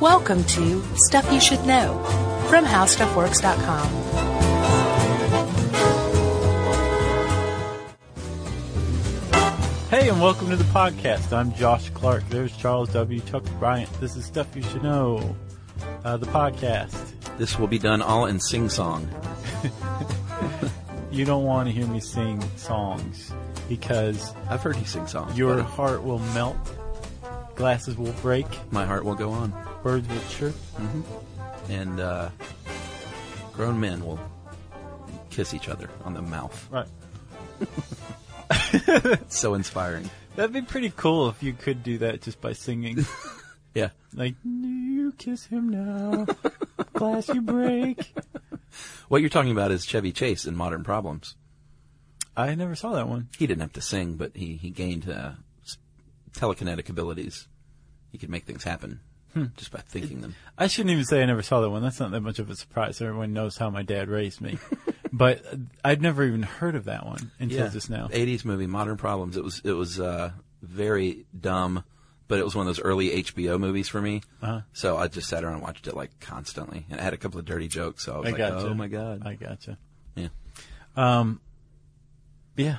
Welcome to Stuff You Should Know from HowStuffWorks.com. Hey, and welcome to the podcast. I'm Josh Clark. There's Charles W. Chuck Bryant. This is Stuff You Should Know, uh, the podcast. This will be done all in sing song. You don't want to hear me sing songs because I've heard you sing songs. your but heart will melt, glasses will break, my heart will go on, birds will chirp. and uh, grown men will kiss each other on the mouth. Right. It's so inspiring. That'd be pretty cool if you could do that just by singing. Yeah, like, you kiss him now, glass you break. what you're talking about is Chevy Chase in Modern Problems. I never saw that one. He didn't have to sing, but he he gained uh, s- telekinetic abilities. He could make things happen just by thinking them. I shouldn't even say I never saw that one. That's not that much of a surprise. Everyone knows how my dad raised me. but uh, I'd never even heard of that one until just now. 80s movie, Modern Problems. It was it was uh, very dumb, but it was one of those early HBO movies for me. Uh-huh. So I just sat around and watched it like constantly, and it had a couple of dirty jokes. So I was I like, gotcha. oh my god, I gotcha. yeah. Yeah.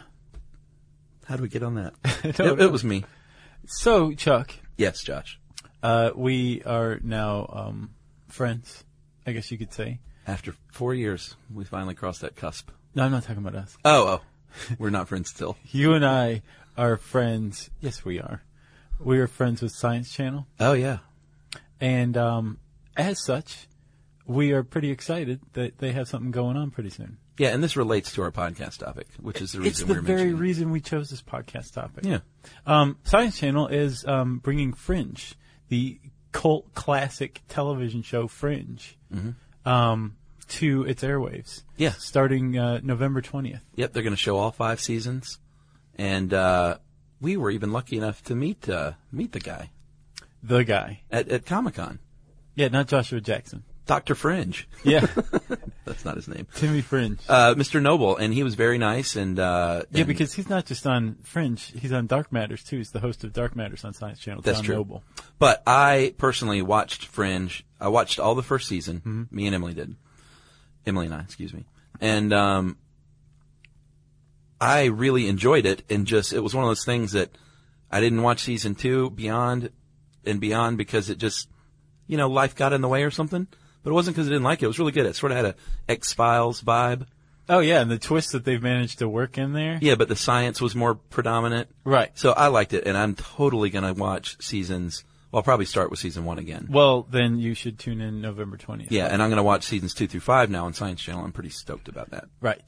How do we get on that? don't it, know. it was me. So, Chuck, Yes, Josh. uh, we are now um, friends, I guess you could say. After four years, we finally crossed that cusp. No, I'm not talking about us. Oh, oh, we're not friends still. You and I are friends. Yes, we are. We are friends with Science Channel. Oh yeah, And um, as such, we are pretty excited that they have something going on pretty soon. yeah. And this relates to our podcast topic, which is the It's reason the we're very mentioning. it. reason we chose this podcast topic. yeah, Um, Science Channel is um, bringing Fringe, the cult classic television show Fringe, um, to its airwaves. Mm-hmm. Yeah. Starting uh, November 20th. Yep, they're going to show all five seasons, and uh, we were even lucky enough to meet uh, meet the guy The guy. at, at Comic Con, Yeah, not Joshua Jackson. Doctor Fringe. Yeah, That's not his name, Timmy Fringe. uh, Mr. Noble, and he was very nice. And uh, yeah, and- because he's not just on Fringe, he's on Dark Matters too. He's the host of Dark Matters on Science Channel. That's John true. Noble. but I personally watched Fringe. I watched all the first season. Me and Emily did. Emily and I, excuse me, and um, I really enjoyed it. And just it was one of those things that I didn't watch season two beyond and beyond because it just you know, life got in the way or something. But it wasn't because I didn't like it. It was really good. It sort of had a X Files vibe. Oh yeah, and the twist that they've managed to work in there. Yeah, but the science was more predominant. Right. So I liked it, and I'm totally going to watch seasons. Well, I'll probably start with season one again. Well, then you should tune in November 20th. Yeah, and I'm going to watch seasons two through five now on Science Channel. I'm pretty stoked about that. Right.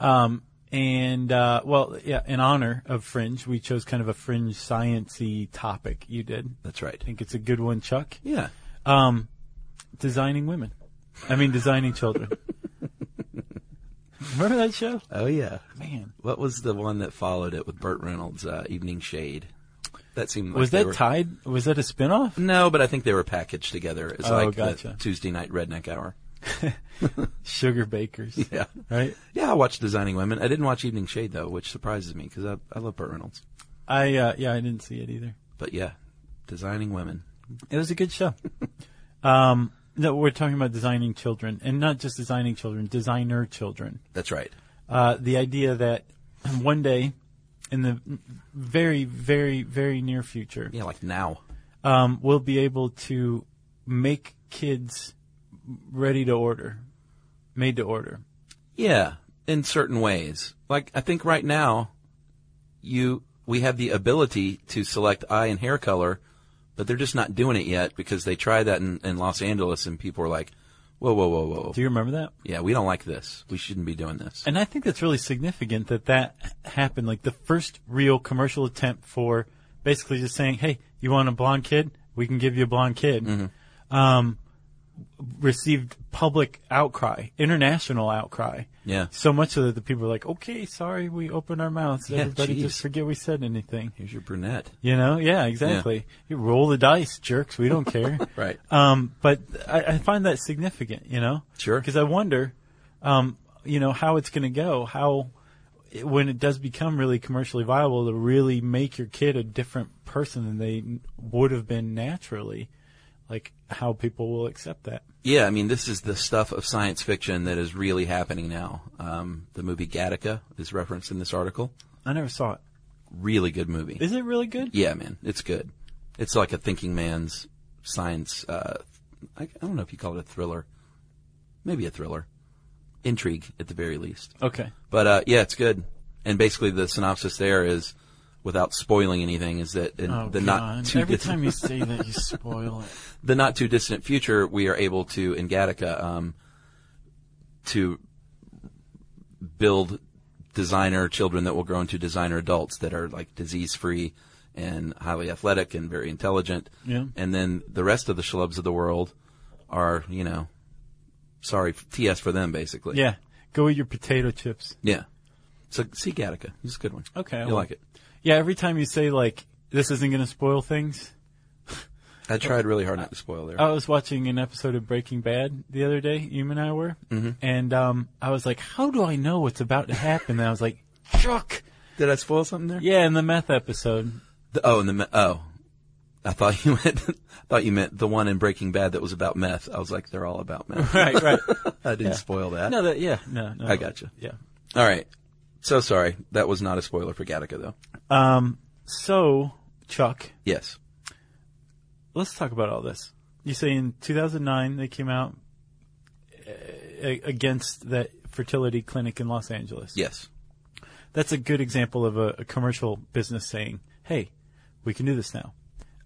Um, Yep. And uh, well, yeah, in honor of Fringe, we chose kind of a Fringe sciency topic. You did. I That's right. think it's a good one, Chuck. Yeah. Um, designing women. I mean, designing children. Remember that show? Oh, yeah. Man, What was the one that followed it with Burt Reynolds, uh, Evening Shade? That seemed like was they that were- tied? Was that a spinoff? No, but I think they were packaged together. It's Oh, like the gotcha. Tuesday night redneck hour. Sugar Bakers. Yeah. Right. Yeah, I watched Designing Women. I didn't watch Evening Shade, though, which surprises me because I, I love Burt Reynolds. I uh, yeah, I didn't see it either. But yeah, Designing Women. It was a good show. um, no, we're talking about designing children, and not just designing children, designer children. That's right. uh, the idea that one day in the very, very, very near future, Yeah, like now. um, we'll be able to make kids ready to order, made to order. Yeah, in certain ways. Like I think right now, you we have the ability to select eye and hair color, but they're just not doing it yet because they tried that in, in Los Angeles and people were like, "Whoa, whoa, whoa, whoa! Do you remember that? Yeah, we don't like this. We shouldn't be doing this." And I think that's really significant that that happened. Like the first real commercial attempt for basically just saying, "Hey, you want a blonde kid? We can give you a blonde kid." Um, received public outcry, international outcry. Yeah. So much so that the people were like, "Okay, sorry, we opened our mouths. Yeah, Everybody geez. just forget we said anything." Here's your brunette. You know? Yeah, exactly. You roll the dice, jerks. We don't care. Right. Um, but I, I find that significant, you know? Sure. Because I wonder, um, you know, how it's going to go, how, it- when it does become really commercially viable to really make your kid a different person than they n- would have been naturally. like how people will accept that. Yeah, I mean, this is the stuff of science fiction that is really happening now. Um, the movie Gattaca is referenced in this article. I never saw it. Really good movie. Is it really good? yeah, man, it's good. It's like a thinking man's science. Uh, I, I don't know if you call it a thriller, maybe a thriller, intrigue at the very least. Okay. But uh, yeah, it's good. And basically, the synopsis there is, without spoiling anything, is that in Oh, the not God. too Every dis- time you say that, you spoil it. the not too distant future, we are able to in Gattaca um, to build designer children that will grow into designer adults that are like disease free and highly athletic and very intelligent. Yeah. And then the rest of the schlubs of the world are, you know, sorry, TS for them basically. Yeah. Go eat your potato chips. Yeah. So see Gattaca. It's a good one. Okay, I You will. like it. Yeah. Every time you say like this isn't going to spoil things, I tried really hard not to spoil there. I was watching an episode of Breaking Bad the other day. You and I were, Mm-hmm. and um, I was like, "How do I know what's about to happen?" and I was like, "Chuck." Did I spoil something there? Yeah, in the meth episode. The, oh, and the me- oh, I thought you meant I thought you meant the one in Breaking Bad that was about meth. I was like, they're all about meth. Right, right. I didn't spoil that. No, that yeah, no, no. I gotcha. Yeah. All right, so sorry. That was not a spoiler for Gattaca, though. Um. So, Chuck, Yes, let's talk about all this. You say in 2009 they came out uh, a- against that fertility clinic in Los Angeles. yes, That's a good example of a, a commercial business saying, "Hey, we can do this now."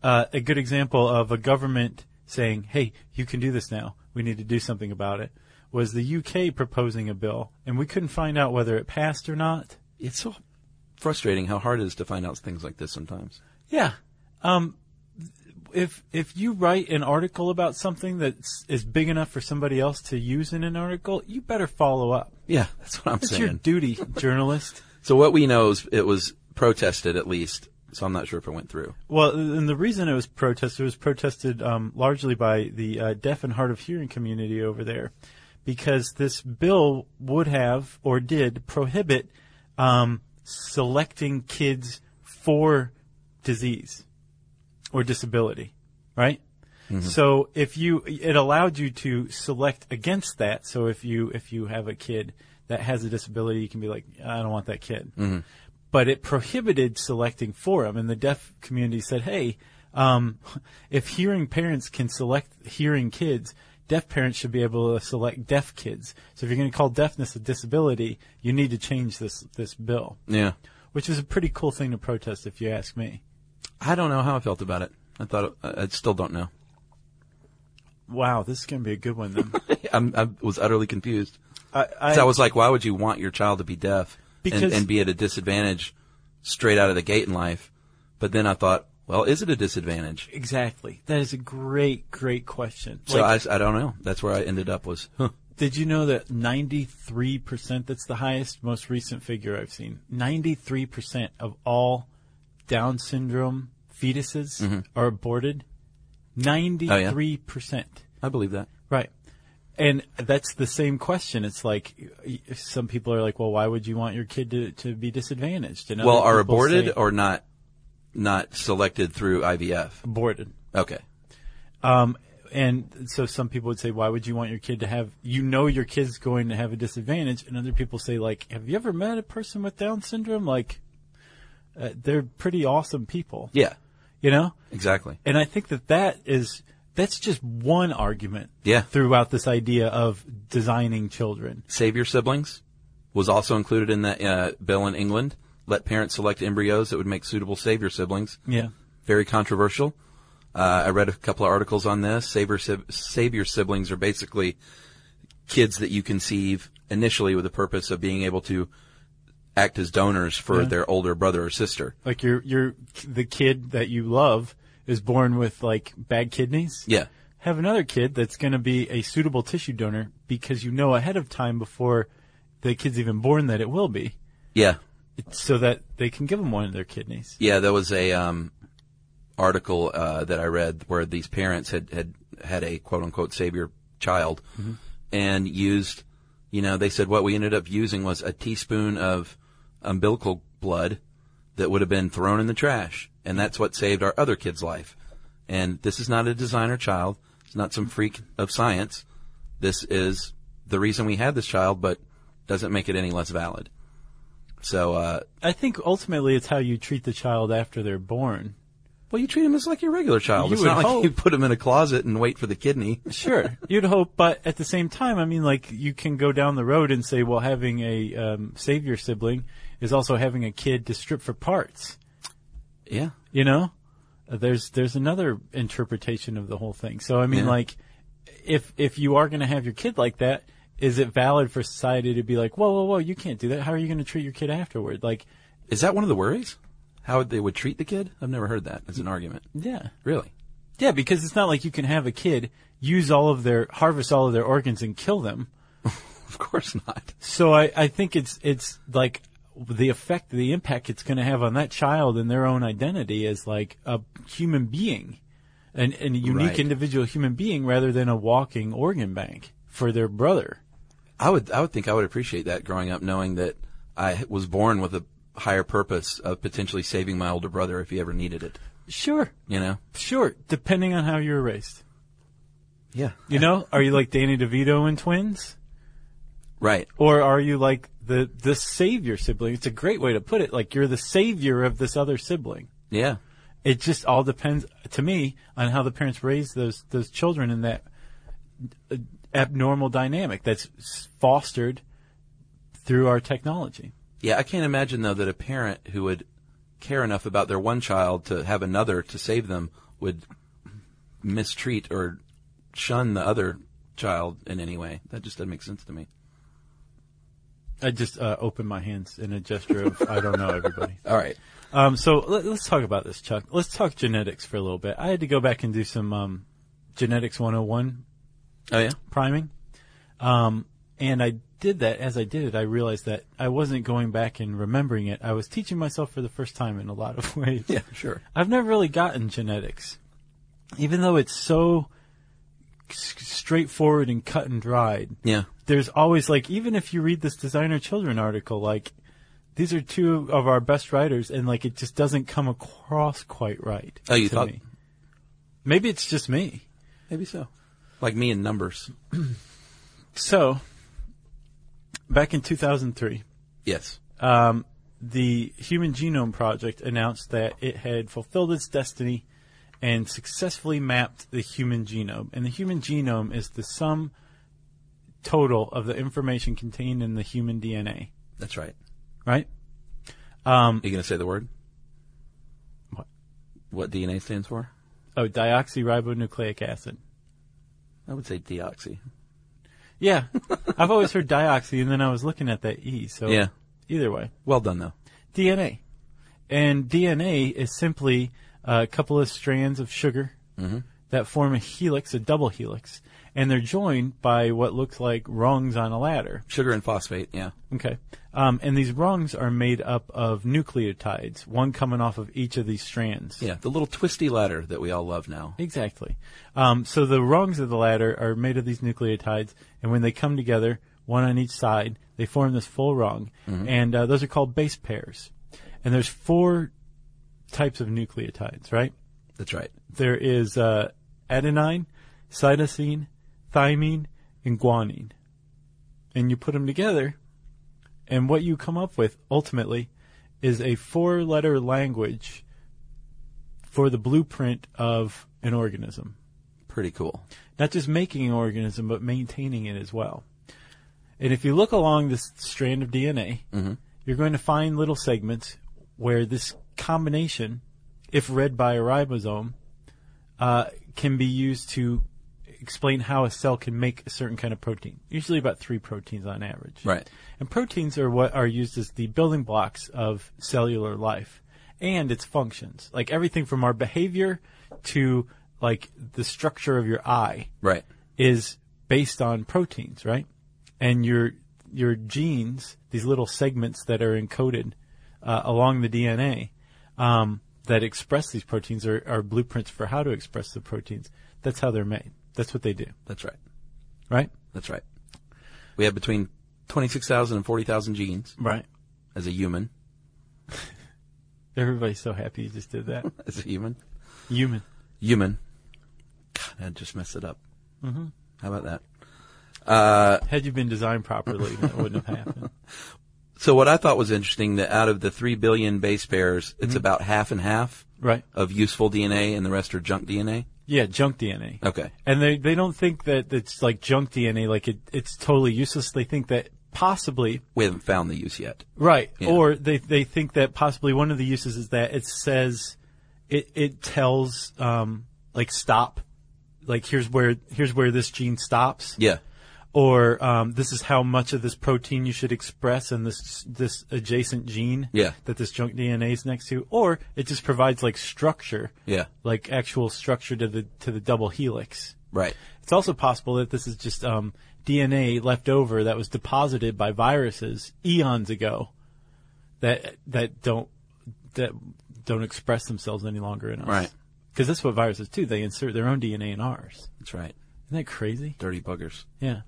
Uh, a good example of a government saying, "Hey, you can do this now. We need to do something about it." Was the UK proposing a bill, and we couldn't find out whether it passed or not. it's so frustrating how hard it is to find out things like this sometimes. Yeah. Um, if if you write an article about something that's is big enough for somebody else to use in an article, you better follow up. Yeah, that's what I'm It's your saying. duty, journalist. so what we know is it was protested at least. So I'm not sure if it went through. Well, and the reason it was protested it was protested um, largely by the uh, deaf and hard of hearing community over there, because this bill would have or did prohibit um, selecting kids for disease or disability, right? So if you, it allowed you to select against that. So if you if you have a kid that has a disability, you can be like, I don't want that kid but it prohibited selecting for him. And the deaf community said, hey, um, if hearing parents can select hearing kids, deaf parents should be able to select deaf kids. So if you're going to call deafness a disability, you need to change this, this bill, Yeah, which is a pretty cool thing to protest, if you ask me. I don't know how I felt about it. I thought it, I I still don't know. Wow, this is going to be a good one then. I'm, I was utterly confused. I, I, So I was like, why would you want your child to be deaf and, Because- and be at a disadvantage straight out of the gate in life? But then I thought, well, is it a disadvantage? exactly. That is a great, great question. So Like, I s- I, don't know. That's where I ended up was, huh. Did you know that 93%, that's the highest, most recent figure I've seen, 93% of all Down syndrome fetuses Mm-hmm. are aborted? Oh, 93%. I believe that. Right. And that's the same question. It's like y- y- some people are like, well, why would you want your kid to, to be disadvantaged? And well, other are people aborted say or not, not selected through IVF? aborted. Okay. Um, and so some people would say, why would you want your kid to have, you know, your kid's going to have a disadvantage. And other people say, like, have you ever met a person with Down syndrome? Like, uh, they're pretty awesome people, Yeah, you know? exactly. And I think that that is, that's just one argument Yeah. throughout this idea of designing children. Save your siblings was also included in that uh, bill in England. Let parents select embryos that would make suitable savior siblings. Yeah. very controversial. Uh, I read a couple of articles on this. Savior, sib- savior siblings are basically kids that you conceive initially with the purpose of being able to act as donors for their older brother or sister. Like your, your, the kid that you love is born with like bad kidneys. Yeah. have another kid that's going to be a suitable tissue donor because you know ahead of time before the kid's even born that it will be, Yeah. so that they can give them one of their kidneys. Yeah. There was a, um, article, uh, that I read where these parents had, had, had a quote unquote savior child and used, you know, they said what we ended up using was a teaspoon of umbilical blood that would have been thrown in the trash. And that's what saved our other kid's life. And this is not a designer child. It's not some freak of science. This is the reason we had this child, but doesn't make it any less valid. So, uh, I think ultimately it's how you treat the child after they're born. well, you treat him as like your regular child. You it's not would like hope. you put him in a closet and wait for the kidney. Sure, you'd hope, but at the same time, I mean, like you can go down the road and say, well, having a um, savior sibling is also having a kid to strip for parts. Yeah. You know, Uh, there's there's another interpretation of the whole thing. So I mean, Yeah. like, if if you are going to have your kid like that, is it valid for society to be like, whoa, whoa, whoa, you can't do that? How are you going to treat your kid afterward? Like, Is that one of the worries? How they would treat the kid? I've never heard that as an argument. yeah, Really? yeah, because it's not like you can have a kid use all of their harvest all of their organs and kill them. Of course not. So I, I think it's it's like the effect, the impact it's going to have on that child and their own identity as like a human being, an, an unique Right. individual human being rather than a walking organ bank for their brother. I would, I would think I would appreciate that growing up knowing that I was born with a higher purpose of potentially saving my older brother if he ever needed it. Sure, You know? sure. Depending on how you're raised, Yeah. you know, are you like Danny DeVito in Twins, Right. or are you like the the savior sibling? It's a great way to put it. Like you're the savior of this other sibling. Yeah. it just all depends to me on how the parents raise those those children in that uh, abnormal dynamic that's s- fostered through our technology. Yeah, I can't imagine though that a parent who would care enough about their one child to have another to save them would mistreat or shun the other child in any way. That just doesn't make sense to me. I just uh, opened my hands in a gesture of I don't know everybody. All right. Um, so let, let's talk about this, Chuck. Let's talk genetics for a little bit. I had to go back and do some um, genetics 101 Oh yeah. priming. Um, and I did that. As I did it, I realized that I wasn't going back and remembering it. I was teaching myself for the first time in a lot of ways. sure. I've never really gotten genetics, even though it's so s- straightforward and cut and dried. Yeah. There's always like, even if you read this designer children article, like these are two of our best writers, and like it just doesn't come across quite right. Oh, you to thought- me. Maybe it's just me. Maybe so. Like me in numbers. So, back in 2003, Yes. the Human Genome Project announced that it had fulfilled its destiny and successfully mapped the human genome. And the human genome is the sum total of the information contained in the human DNA, That's right. right? you gonna say the word? What? What DNA stands for? Oh, deoxyribonucleic acid. I would say deoxy. Yeah. I've always heard dioxy, and then I was looking at that E, so Yeah. either way. Well done though. DNA. And DNA is simply a couple of strands of sugar that form a helix, a double helix, and they're joined by what looks like rungs on a ladder. Sugar and phosphate. Yeah. Okay. Um, and these rungs are made up of nucleotides, one coming off of each of these strands. Yeah. The little twisty ladder that we all love now. Exactly. Um, so the rungs of the ladder are made of these nucleotides, and when they come together, one on each side, they form this full rung, and uh, those are called base pairs. And there's four types of nucleotides, right? That's right. There is uh, adenine, cytosine, thymine, and guanine. And you put them together, and what you come up with ultimately is a four-letter language for the blueprint of an organism Pretty cool. not just making an organism, but maintaining it as well. And if you look along this strand of DNA, you're going to find little segments where this combination, if read by a ribosome, uh, can be used to explain how a cell can make a certain kind of protein. Usually about three proteins on average. Right. And proteins are what are used as the building blocks of cellular life and its functions. Like everything from our behavior to like the structure of your eye Right. is based on proteins, right? And your your genes, these little segments that are encoded uh, along the DNA um, that express these proteins are, are blueprints for how to express the proteins. That's how they're made. That's what they do, That's right. right? That's right. We have between 26,000 and 40,000 genes Right. as a human. Everybody's so happy you just did that. As a human. Human. Human. God, I just messed it up. Mm-hmm. How about that? Uh, Had you been designed properly, that wouldn't have happened. So what I thought was interesting that out of the three billion base pairs, it's about half and half Right. of useful DNA and the rest are junk DNA. Yeah, junk DNA. Okay. And they, they don't think that it's like junk DNA, like it, it's totally useless. They think that possibly, We haven't found the use yet. right, Yeah. or they, they think that possibly one of the uses is that it says, it, it tells, um, like stop, like here's where, here's where this gene stops. Yeah. or um, this is how much of this protein you should express in this this adjacent gene Yeah. that this junk DNA is next to, or it just provides like structure, Yeah. like actual structure to the to the double helix. Right. It's also possible that this is just um, DNA left over that was deposited by viruses eons ago that that don't that don't express themselves any longer in us. Right. Because that's what viruses do. They insert their own DNA in ours. That's right. Isn't that crazy? Dirty buggers. Yeah.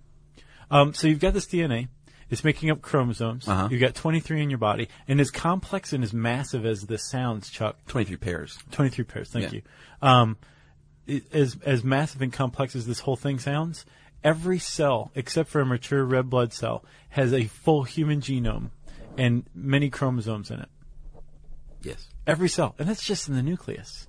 Um, so you've got this DNA. It's making up chromosomes. Uh-huh. You've got 23 in your body. And as complex and as massive as this sounds, Chuck, 23 pairs. 23 pairs, thank Yeah. you. Um, i- as, as massive and complex as this whole thing sounds, every cell, except for a mature red blood cell, has a full human genome and many chromosomes in it. Yes. Every cell. And that's just in the nucleus.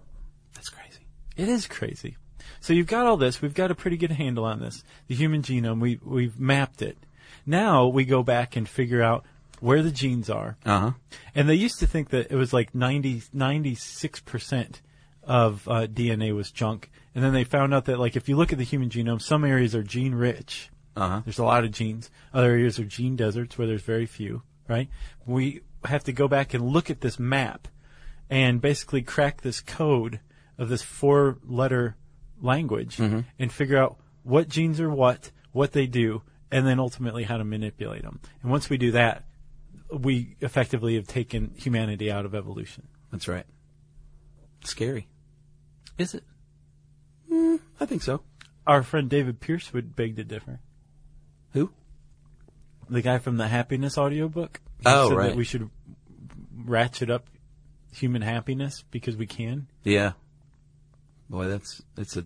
That's crazy. It is crazy. So you've got all this. We've got a pretty good handle on this. The human genome, we, we've mapped it. Now we go back and figure out where the genes are. Uh huh. And they used to think that it was like 90, 96% of uh, DNA was junk. And then they found out that like if you look at the human genome, some areas are gene rich. Uh-huh. There's a lot of genes. Other areas are gene deserts where there's very few, right? We have to go back and look at this map and basically crack this code of this four letter language and figure out what genes are what, what they do, and then ultimately how to manipulate them. And once we do that, we effectively have taken humanity out of evolution. That's right. Scary. Is it? Hmm, I think so. Our friend David Pierce would beg to differ. Who? The guy from the happiness audiobook. He Oh, said right. That we should ratchet up human happiness because we can. Yeah. Boy, that's, it's a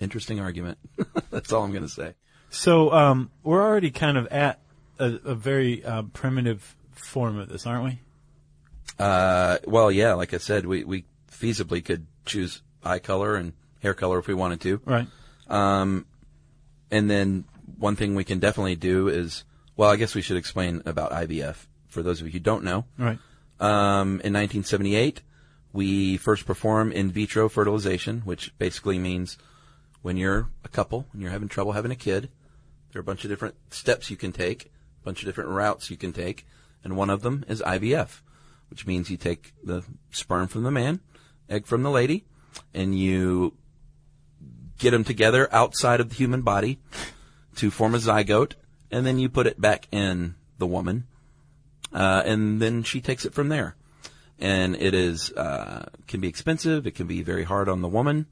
interesting argument. that's all I'm going to say. So um, we're already kind of at a, a very uh, primitive form of this, aren't we? Uh, well, yeah, like I said, we, we feasibly could choose eye color and hair color if we wanted to. Right. And then one thing we can definitely do is, well, I guess we should explain about IVF for those of you who don't know. Right. Um, in 1978, we first perform in vitro fertilization, which basically means when you're a couple and you're having trouble having a kid, there are a bunch of different steps you can take, a bunch of different routes you can take, and one of them is IVF, which means you take the sperm from the man, egg from the lady, and you get them together outside of the human body to form a zygote, and then you put it back in the woman, uh, and then she takes it from there. And it is uh, can be expensive. It can be very hard on the woman,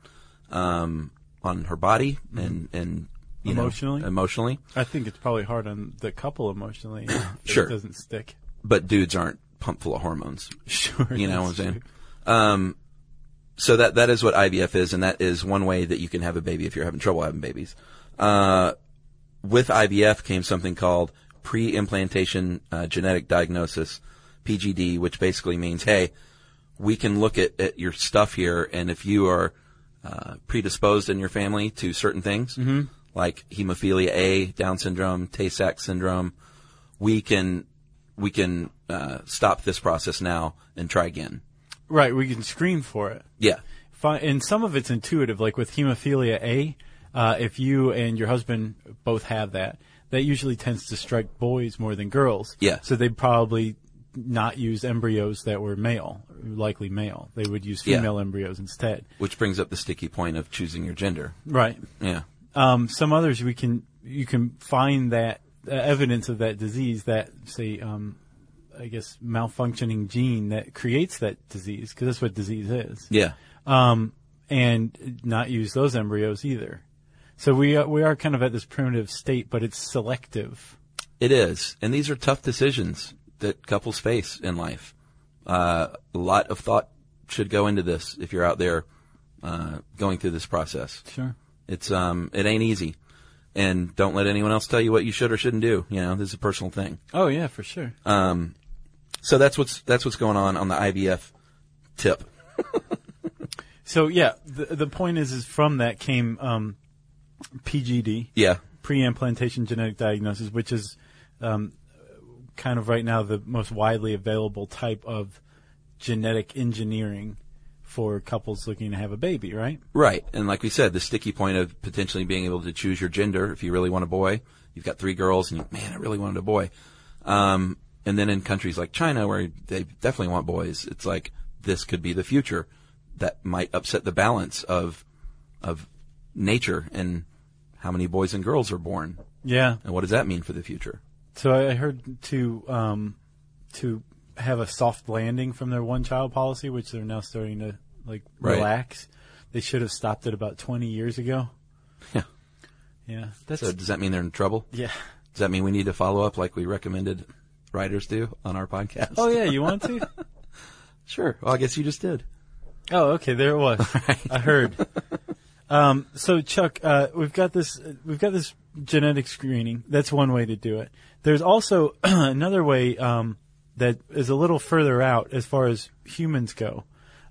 um, on her body, and and you know, Emotionally? emotionally. I think it's probably hard on the couple emotionally. if Sure. It doesn't stick. but dudes aren't pumped full of hormones. Sure. You know what I'm that's saying? true. Um, so that that is what IVF is, and that is one way that you can have a baby if you're having trouble having babies. Uh, with IVF came something called pre-implantation uh, genetic diagnosis, PGD, which basically means, hey, we can look at, at your stuff here, and if you are uh, predisposed in your family to certain things, Mm-hmm. like hemophilia A, Down syndrome, Tay-Sachs syndrome, we can we can uh, stop this process now and try again. Right. We can scream for it. Yeah, Fi- and some of it's intuitive, like with hemophilia A, uh, if you and your husband both have that, that usually tends to strike boys more than girls. Yeah. So they'd probably not use embryos that were male, likely male. They would use Yeah. female embryos instead. which brings up the sticky point of choosing your gender. Right. Yeah, Um, some others we can you can find that uh, evidence of that disease that say um, I guess malfunctioning gene that creates that disease because that's what disease is. yeah, and not use those embryos either. So we are, we are kind of at this primitive state, but it's selective. it is. And these are tough decisions that couples face in life. Uh, a lot of thought should go into this if you're out there uh, going through this process. Sure. It's um, it ain't easy, and don't let anyone else tell you what you should or shouldn't do. You know, this is a personal thing. Oh yeah, for sure. So that's what's that's what's going on on the IVF tip. so yeah, the the point is, is from that came um, PGD, Yeah, pre-implantation genetic diagnosis, which is um, kind of right now the most widely available type of genetic engineering for couples looking to have a baby, right? right. And like we said, the sticky point of potentially being able to choose your gender if you really want a boy. You've got three girls, and you, man, I really wanted a boy. Um, and then in countries like China where they definitely want boys, it's like this could be the future that might upset the balance of of nature and how many boys and girls are born. Yeah. And what does that mean for the future? So I I heard to um, to have a soft landing from their one child policy, which they're now starting to like Right. relax. They should have stopped it about twenty years ago. Yeah. Yeah, that's So does that mean they're in trouble? yeah. Does that mean we need to follow up like we recommended writers do on our podcast? Oh yeah, you want to? sure. Well, I guess you just did. Oh, okay. There it was. I heard. Um, so Chuck, uh, we've got this. We've got this genetic screening. That's one way to do it. There's also another way um, that is a little further out as far as humans go,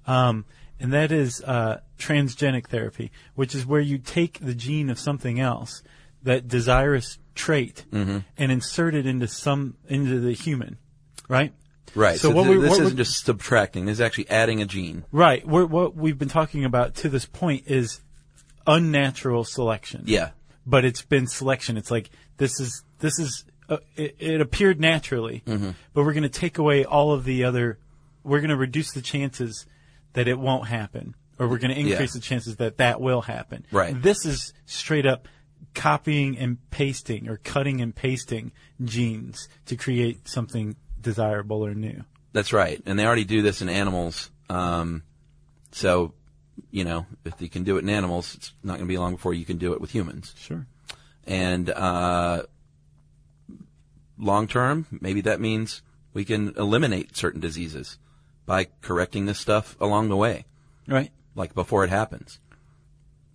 um, and that is uh, transgenic therapy, which is where you take the gene of something else, that desirous trait, and insert it into some into the human, right? Right. So So, what th- we- this what we- isn't just subtracting. This is actually adding a gene. Right. We're, what we've been talking about to this point is unnatural selection. Yeah. But it's been selection. It's like this is this is uh, it, it appeared naturally, Mm-hmm. but we're going to take away all of the other. We're going to reduce the chances that it won't happen, or we're going to increase the Yeah. chances that that will happen. Right. This is straight up copying and pasting or cutting and pasting genes to create something desirable or new. That's right. And they already do this in animals. Um, so, you know, if you can do it in animals, it's not going to be long before you can do it with humans. Sure. And uh, long term, maybe that means we can eliminate certain diseases by correcting this stuff along the way, Right. like before it happens.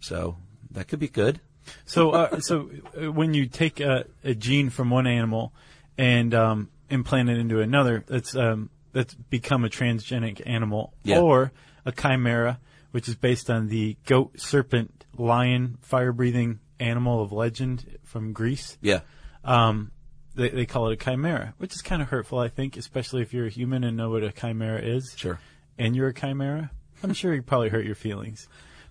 So that could be good. So, uh, so uh, when you take a, a gene from one animal and um, implant it into another, that's um, that's become a transgenic animal Yeah. or a chimera, which is based on the goat, serpent, lion, fire-breathing animal of legend from Greece. Yeah. They, they call it a chimera, which is kind of hurtful, I think, especially if you're a human and know what a chimera is Sure. and you're a chimera, I'm sure you probably hurt your feelings.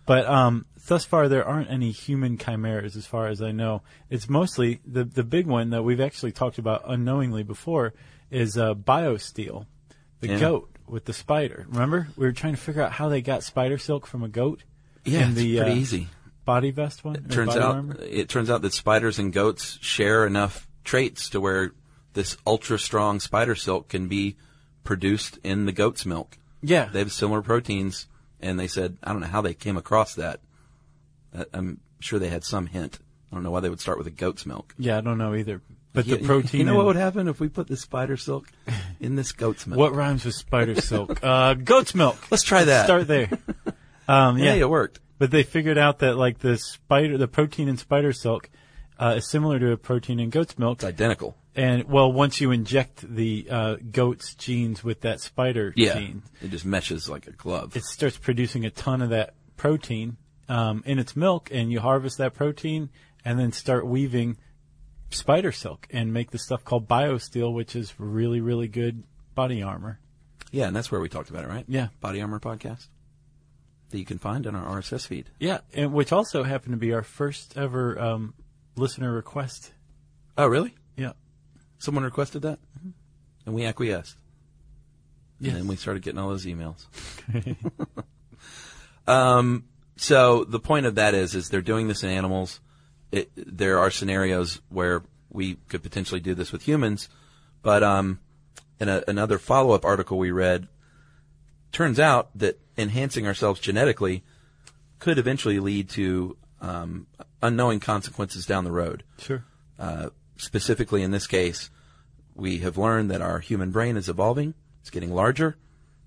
But um, thus far, there aren't any human chimeras, as far as I know. It's mostly the the big one that we've actually talked about unknowingly before is uh, biosteel, the Yeah. goat with the spider. Remember, we were trying to figure out how they got spider silk from a goat. Yeah, in it's the, pretty uh, easy. Body vest one. or turns body out armor? it turns out that spiders and goats share enough traits to where this ultra strong spider silk can be produced in the goat's milk. yeah, They have similar proteins, and they said I don't know how they came across that. I- I'm sure they had some hint. I don't know why they would start with a goat's milk. yeah. I don't know either. But You- the protein. You know in- what would happen if we put this spider silk in this goat's milk? what rhymes with spider silk? uh, goat's milk. Let's try that. Start there. Um, yeah, yeah, it worked. But they figured out that like the spider, the protein in spider silk, uh, is similar to a protein in goat's milk. It's identical. And well, once you inject the uh, goat's genes with that spider Yeah, gene, it just meshes like a glove. it starts producing a ton of that protein um, in its milk, and you harvest that protein and then start weaving spider silk and make the stuff called biosteel, which is really, really good body armor. Yeah, and that's where we talked about it, right? Yeah. Body Armor Podcast that you can find on our RSS feed. Yeah, and which also happened to be our first ever um, listener request. Oh, really? Yeah. Someone requested that? And we acquiesced. Mm-hmm. Yes. And then we started getting all those emails. um, so the point of that is, is they're doing this in animals. It, there are scenarios where we could potentially do this with humans, but um, in a, another follow-up article we read, turns out that enhancing ourselves genetically could eventually lead to um, unknowing consequences down the road Sure. uh, specifically in this case, we have learned that our human brain is evolving. It's getting larger.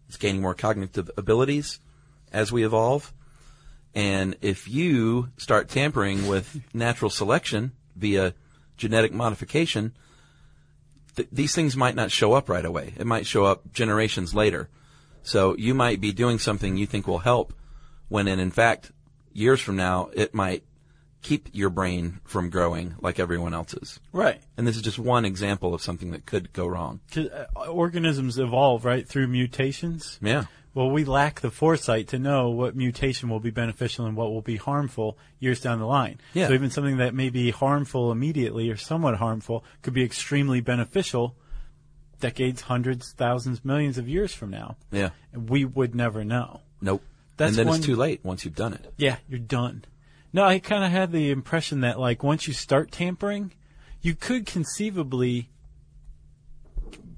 It's gaining more cognitive abilities as we evolve. And if you start tampering with natural selection via genetic modification, th- these things might not show up right away. It might show up generations later. So you might be doing something you think will help when in, in fact, years from now, it might keep your brain from growing like everyone else's. Right. And this is just one example of something that could go wrong. 'Cause, uh, organisms evolve, right, through mutations. Yeah. Well, we lack the foresight to know what mutation will be beneficial and what will be harmful years down the line. Yeah. So even something that may be harmful immediately or somewhat harmful could be extremely beneficial decades, hundreds, thousands, millions of years from now. Yeah. And we would never know. Nope. That's and then one- it's too late once you've done it. Yeah, you're done. No, I kind of had the impression that like once you start tampering, you could conceivably,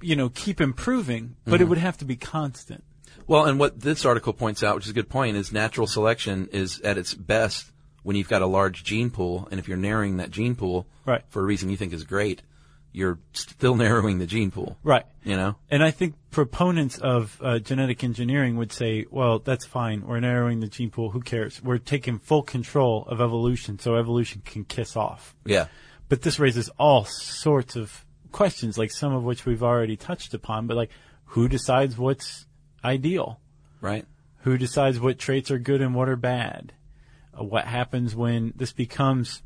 you know, keep improving, but it would have to be constant. Well, and what this article points out, which is a good point, is natural selection is at its best when you've got a large gene pool, and if you're narrowing that gene pool Right. for a reason you think is great, you're still narrowing the gene pool. Right. You know? And I think proponents of uh, genetic engineering would say, well, that's fine. We're narrowing the gene pool. Who cares? We're taking full control of evolution so evolution can kiss off. Yeah. But this raises all sorts of questions, like some of which we've already touched upon, but like who decides what's ideal? Right. Who decides what traits are good and what are bad? Uh, what happens when this becomes,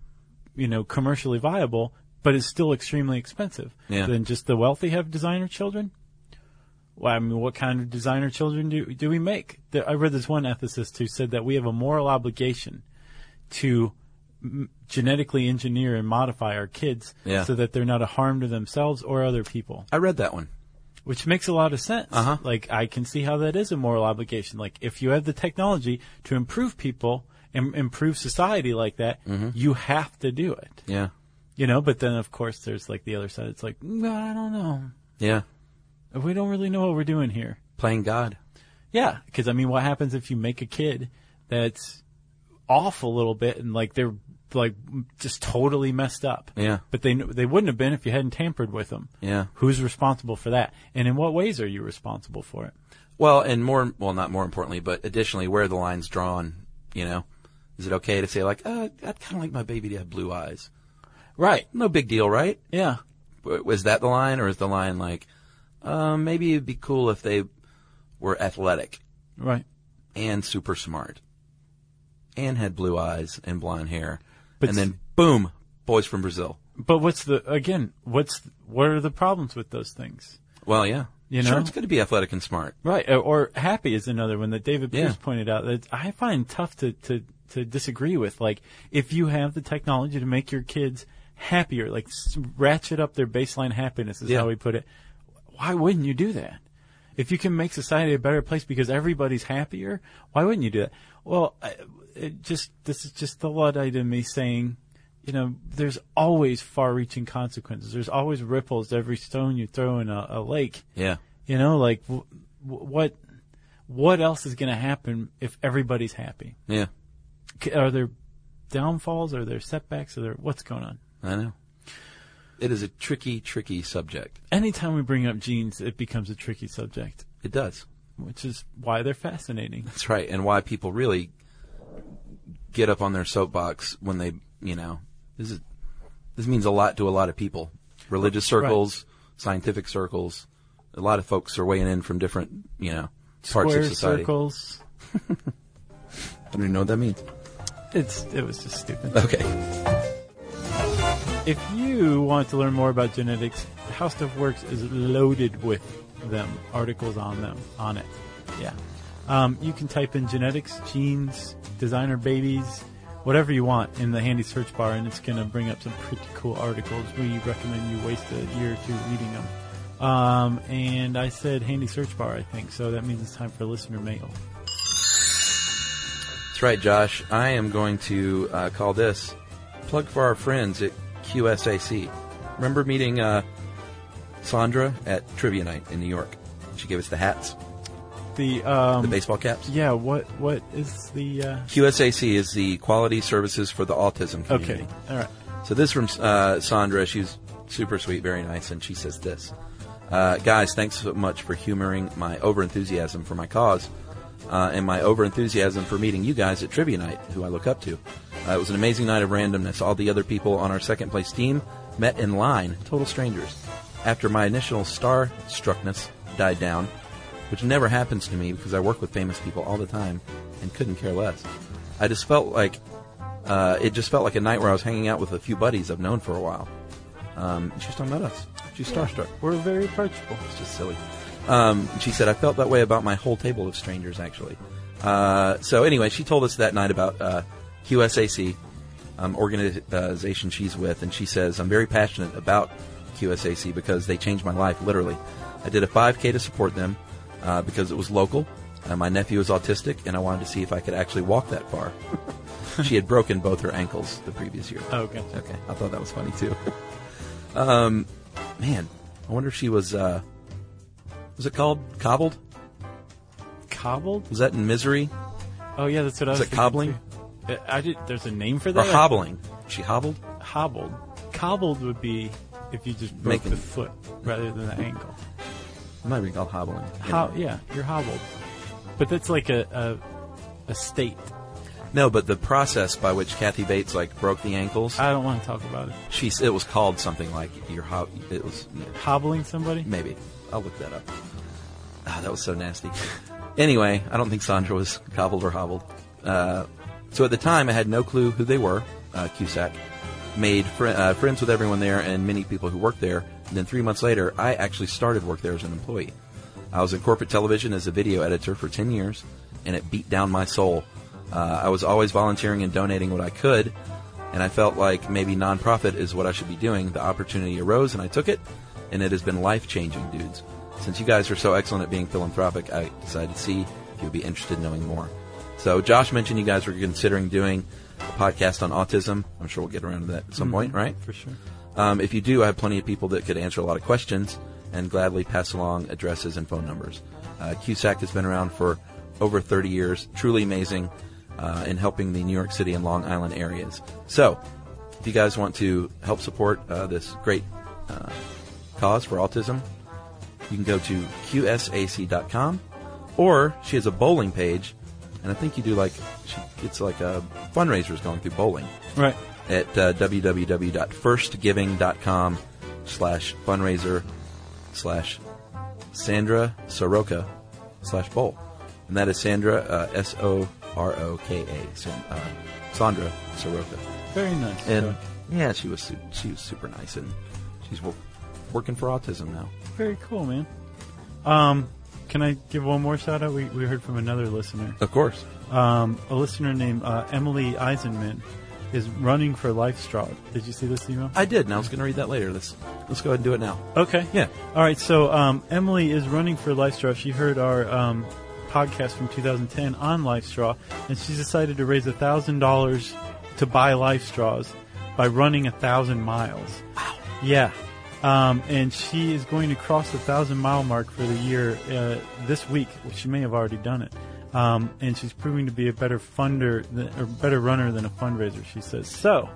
you know, commercially viable, but is still extremely expensive? Yeah. Then just the wealthy have designer children? Well, I mean, what kind of designer children do, do we make? There, I read this one ethicist who said that we have a moral obligation to m- genetically engineer and modify our kids Yeah. so that they're not a harm to themselves or other people I read that one. which makes a lot of sense. Uh-huh. Like I can see how that is a moral obligation. Like if you have the technology to improve people and improve society like that, Mm-hmm. you have to do it. Yeah. You know, but then of course there's like the other side. It's like, "Mm, I don't know. Yeah. We don't really know what we're doing here. Playing God. Yeah. Cause I mean, what happens if you make a kid that's off a little bit and like they're like just totally messed up. Yeah. But they, kn- they wouldn't have been if you hadn't tampered with them. Yeah. Who's responsible for that? And in what ways are you responsible for it? Well, and more, well, not more importantly, but additionally, where are the lines drawn? You know, is it okay to say like, uh, I'd kind of like my baby to have blue eyes? Right. No big deal, right? Yeah. W- Is that the line, or is the line like, uh, maybe it'd be cool if they were athletic Right. and super smart and had blue eyes and blonde hair, But and s- then boom, boys from Brazil. But what's the again? What's what are the problems with those things? Well, yeah, You know? sure, it's good to be athletic and smart. Right. Or, or happy is another one that David Pierce Yeah. pointed out that I find tough to, to to disagree with. Like if you have the technology to make your kids happier, like s- ratchet up their baseline happiness is Yeah. how we put it. Why wouldn't you do that? If you can make society a better place because everybody's happier, why wouldn't you do that? Well, I, it just this is just the luddite in me saying, you know, there's always far-reaching consequences. There's always ripples to every stone you throw in a, a lake. Yeah, You know, like w- w- what what else is going to happen if everybody's happy? yeah, C- Are there downfalls? Are there setbacks? Are there what's going on? I know. It is a tricky, tricky subject. Anytime we bring up genes, it becomes a tricky subject, It does. which is why they're fascinating. That's right, and why people really get up on their soapbox when they, you know, this is this means a lot to a lot of people. Religious circles, scientific circles, a lot of folks are weighing in from different, you know, parts Square of society. circles. I don't even know what that means. It's it was just stupid. Okay. if you want to learn more about genetics, How Stuff Works is loaded with them, articles on them, on it. Yeah. Um, you can type in genetics, genes, designer babies, whatever you want in the handy search bar, and it's going to bring up some pretty cool articles. We recommend you waste a year or two reading them. Um, and I said handy search bar, I think, so that means it's time for listener mail. That's right, Josh. I am going to uh, call this plug for our friends at QSAC. Remember meeting uh, Sandra at Trivia Night in New York? She gave us the hats, The, the um, baseball caps. yeah, what, what is the, uh, QSAC is the Quality Services for the Autism Community. okay, alright. So this from uh, Sandra. She's super sweet, very nice, and she says this. Uh, guys, thanks so much for humoring my overenthusiasm for my cause. uh, and my overenthusiasm for meeting you guys at Trivia Night, who I look up to. Uh, it was an amazing night of randomness. All the other people on our second place team met in line, total strangers. After my initial starstruckness died down, which never happens to me because I work with famous people all the time and couldn't care less, I just felt like uh, it just felt like a night where I was hanging out with a few buddies I've known for a while. Um, and she was talking about us. She's starstruck. We're very approachable. It's just silly. Um, she said, I felt that way about my whole table of strangers, actually. Uh, so anyway, she told us that night about uh, QSAC, um, organization she's with, and she says, I'm very passionate about QSAC because they changed my life, literally. I did a 5K to support them uh, because it was local. Uh, my nephew is autistic, and I wanted to see if I could actually walk that far. she had broken both her ankles the previous year. Oh, gotcha. Okay, I thought that was funny too. um, man, I wonder if she was. Uh, was it called cobbled? Cobbled? Was that in misery Oh yeah, that's what I was. it thinking, cobbling? too. Uh, I did. There's a name for or that. hobbling? She hobbled. Hobbled. Cobbled would be if you just broke Making- the foot rather than the ankle. It might be called hobbling. Ho- yeah, you're hobbled. But that's like a a, a state. No, but the process by which Kathy Bates like broke the ankles, I don't want to talk about it. she s- it was called something like your hob. It was Hobbling somebody? maybe I'll look that up. Ah, that was so nasty. anyway, I don't think Sandra was cobbled or hobbled. Uh, so at the time, I had no clue who they were. Uh, Cusack made fri uh, friends with everyone there and many people who worked there. And then three months later, I actually started work there as an employee. I was in corporate television as a video editor for 10 years, and it beat down my soul. Uh, I was always volunteering and donating what I could, and I felt like maybe nonprofit is what I should be doing. The opportunity arose, and I took it, and it has been life changing, dudes. Since you guys are so excellent at being philanthropic, I decided to see if you'd be interested in knowing more. So, Josh mentioned you guys were considering doing a podcast on autism. I'm sure we'll get around to that at some point, right? Mm-hmm. For sure. Um, if you do, I have plenty of people that could answer a lot of questions and gladly pass along addresses and phone numbers. Uh, CUSAC has been around for over 30 years, truly amazing uh, in helping the New York City and Long Island areas. So, if you guys want to help support uh, this great uh, cause for autism, you can go to qsac.com or she has a bowling page, and I think you do like, she gets like uh fundraisers going through bowling Right. at uh, www.firstgiving.com slash fundraiser slash Sandra Soroka slash bowl. And that is Sandra, uh, S-O-R-O-K-A, San- uh, Sandra Soroka. Very nice. And So, yeah, she was, su- she was super nice and she's wo- working for autism now. very cool, man. Um, can I give one more shout out? We we heard from another listener. Of course. Um, a listener named uh, Emily Eisenman is running for Lifestraw. Did you see this email? I did, and I was going to read that later. Let's, let's go ahead and do it now. Okay. Yeah. All right. So um, Emily is running for Lifestraw. She heard our um, podcast from 2010 on Lifestraw, and she's decided to raise thousand dollars to buy Lifestraws by running a thousand miles. Wow. Yeah. Um, and she is going to cross the thousand mile mark for the year uh, this week. Well, she may have already done it. Um, and she's proving to be a better funder than, or better runner than a fundraiser. She says. So,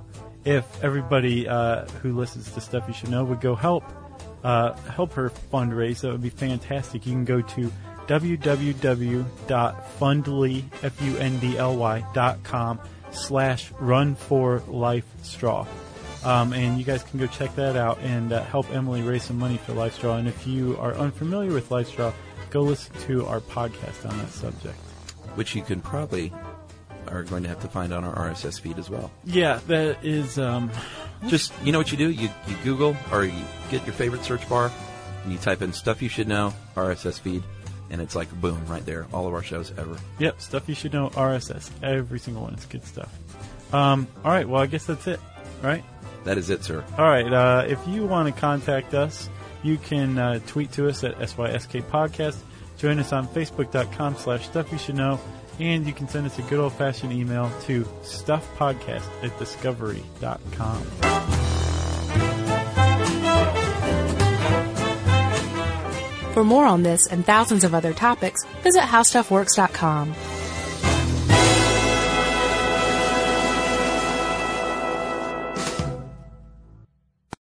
if everybody uh, who listens to stuff you should know would go help uh, help her fundraise. That would be fantastic. You can go to www.fundly, F-U-N-D-L-Y, dot com slash run for life straw. Um, and you guys can go check that out and uh, help Emily raise some money for Life Straw. And if you are unfamiliar with Life Straw, go listen to our podcast on that subject. Which you can probably are going to have to find on our RSS feed as well. Yeah, that is, um, Just you know what you do? You you Google or you get your favorite search bar and you type in stuff you should know RSS feed, and it's like boom right there. All of our shows ever. yep, stuff you should know, RSS. Every single one. It's good stuff. Um, all right, well, I guess that's it, right? That is it, sir. All right. Uh, if you want to contact us, you can uh, tweet to us at SYSK Podcast. Join us on Facebook.com slash Stuff You Should Know. And you can send us a good old-fashioned email to stuffpodcast at discovery.com. For more on this and thousands of other topics, visit howstuffworks.com.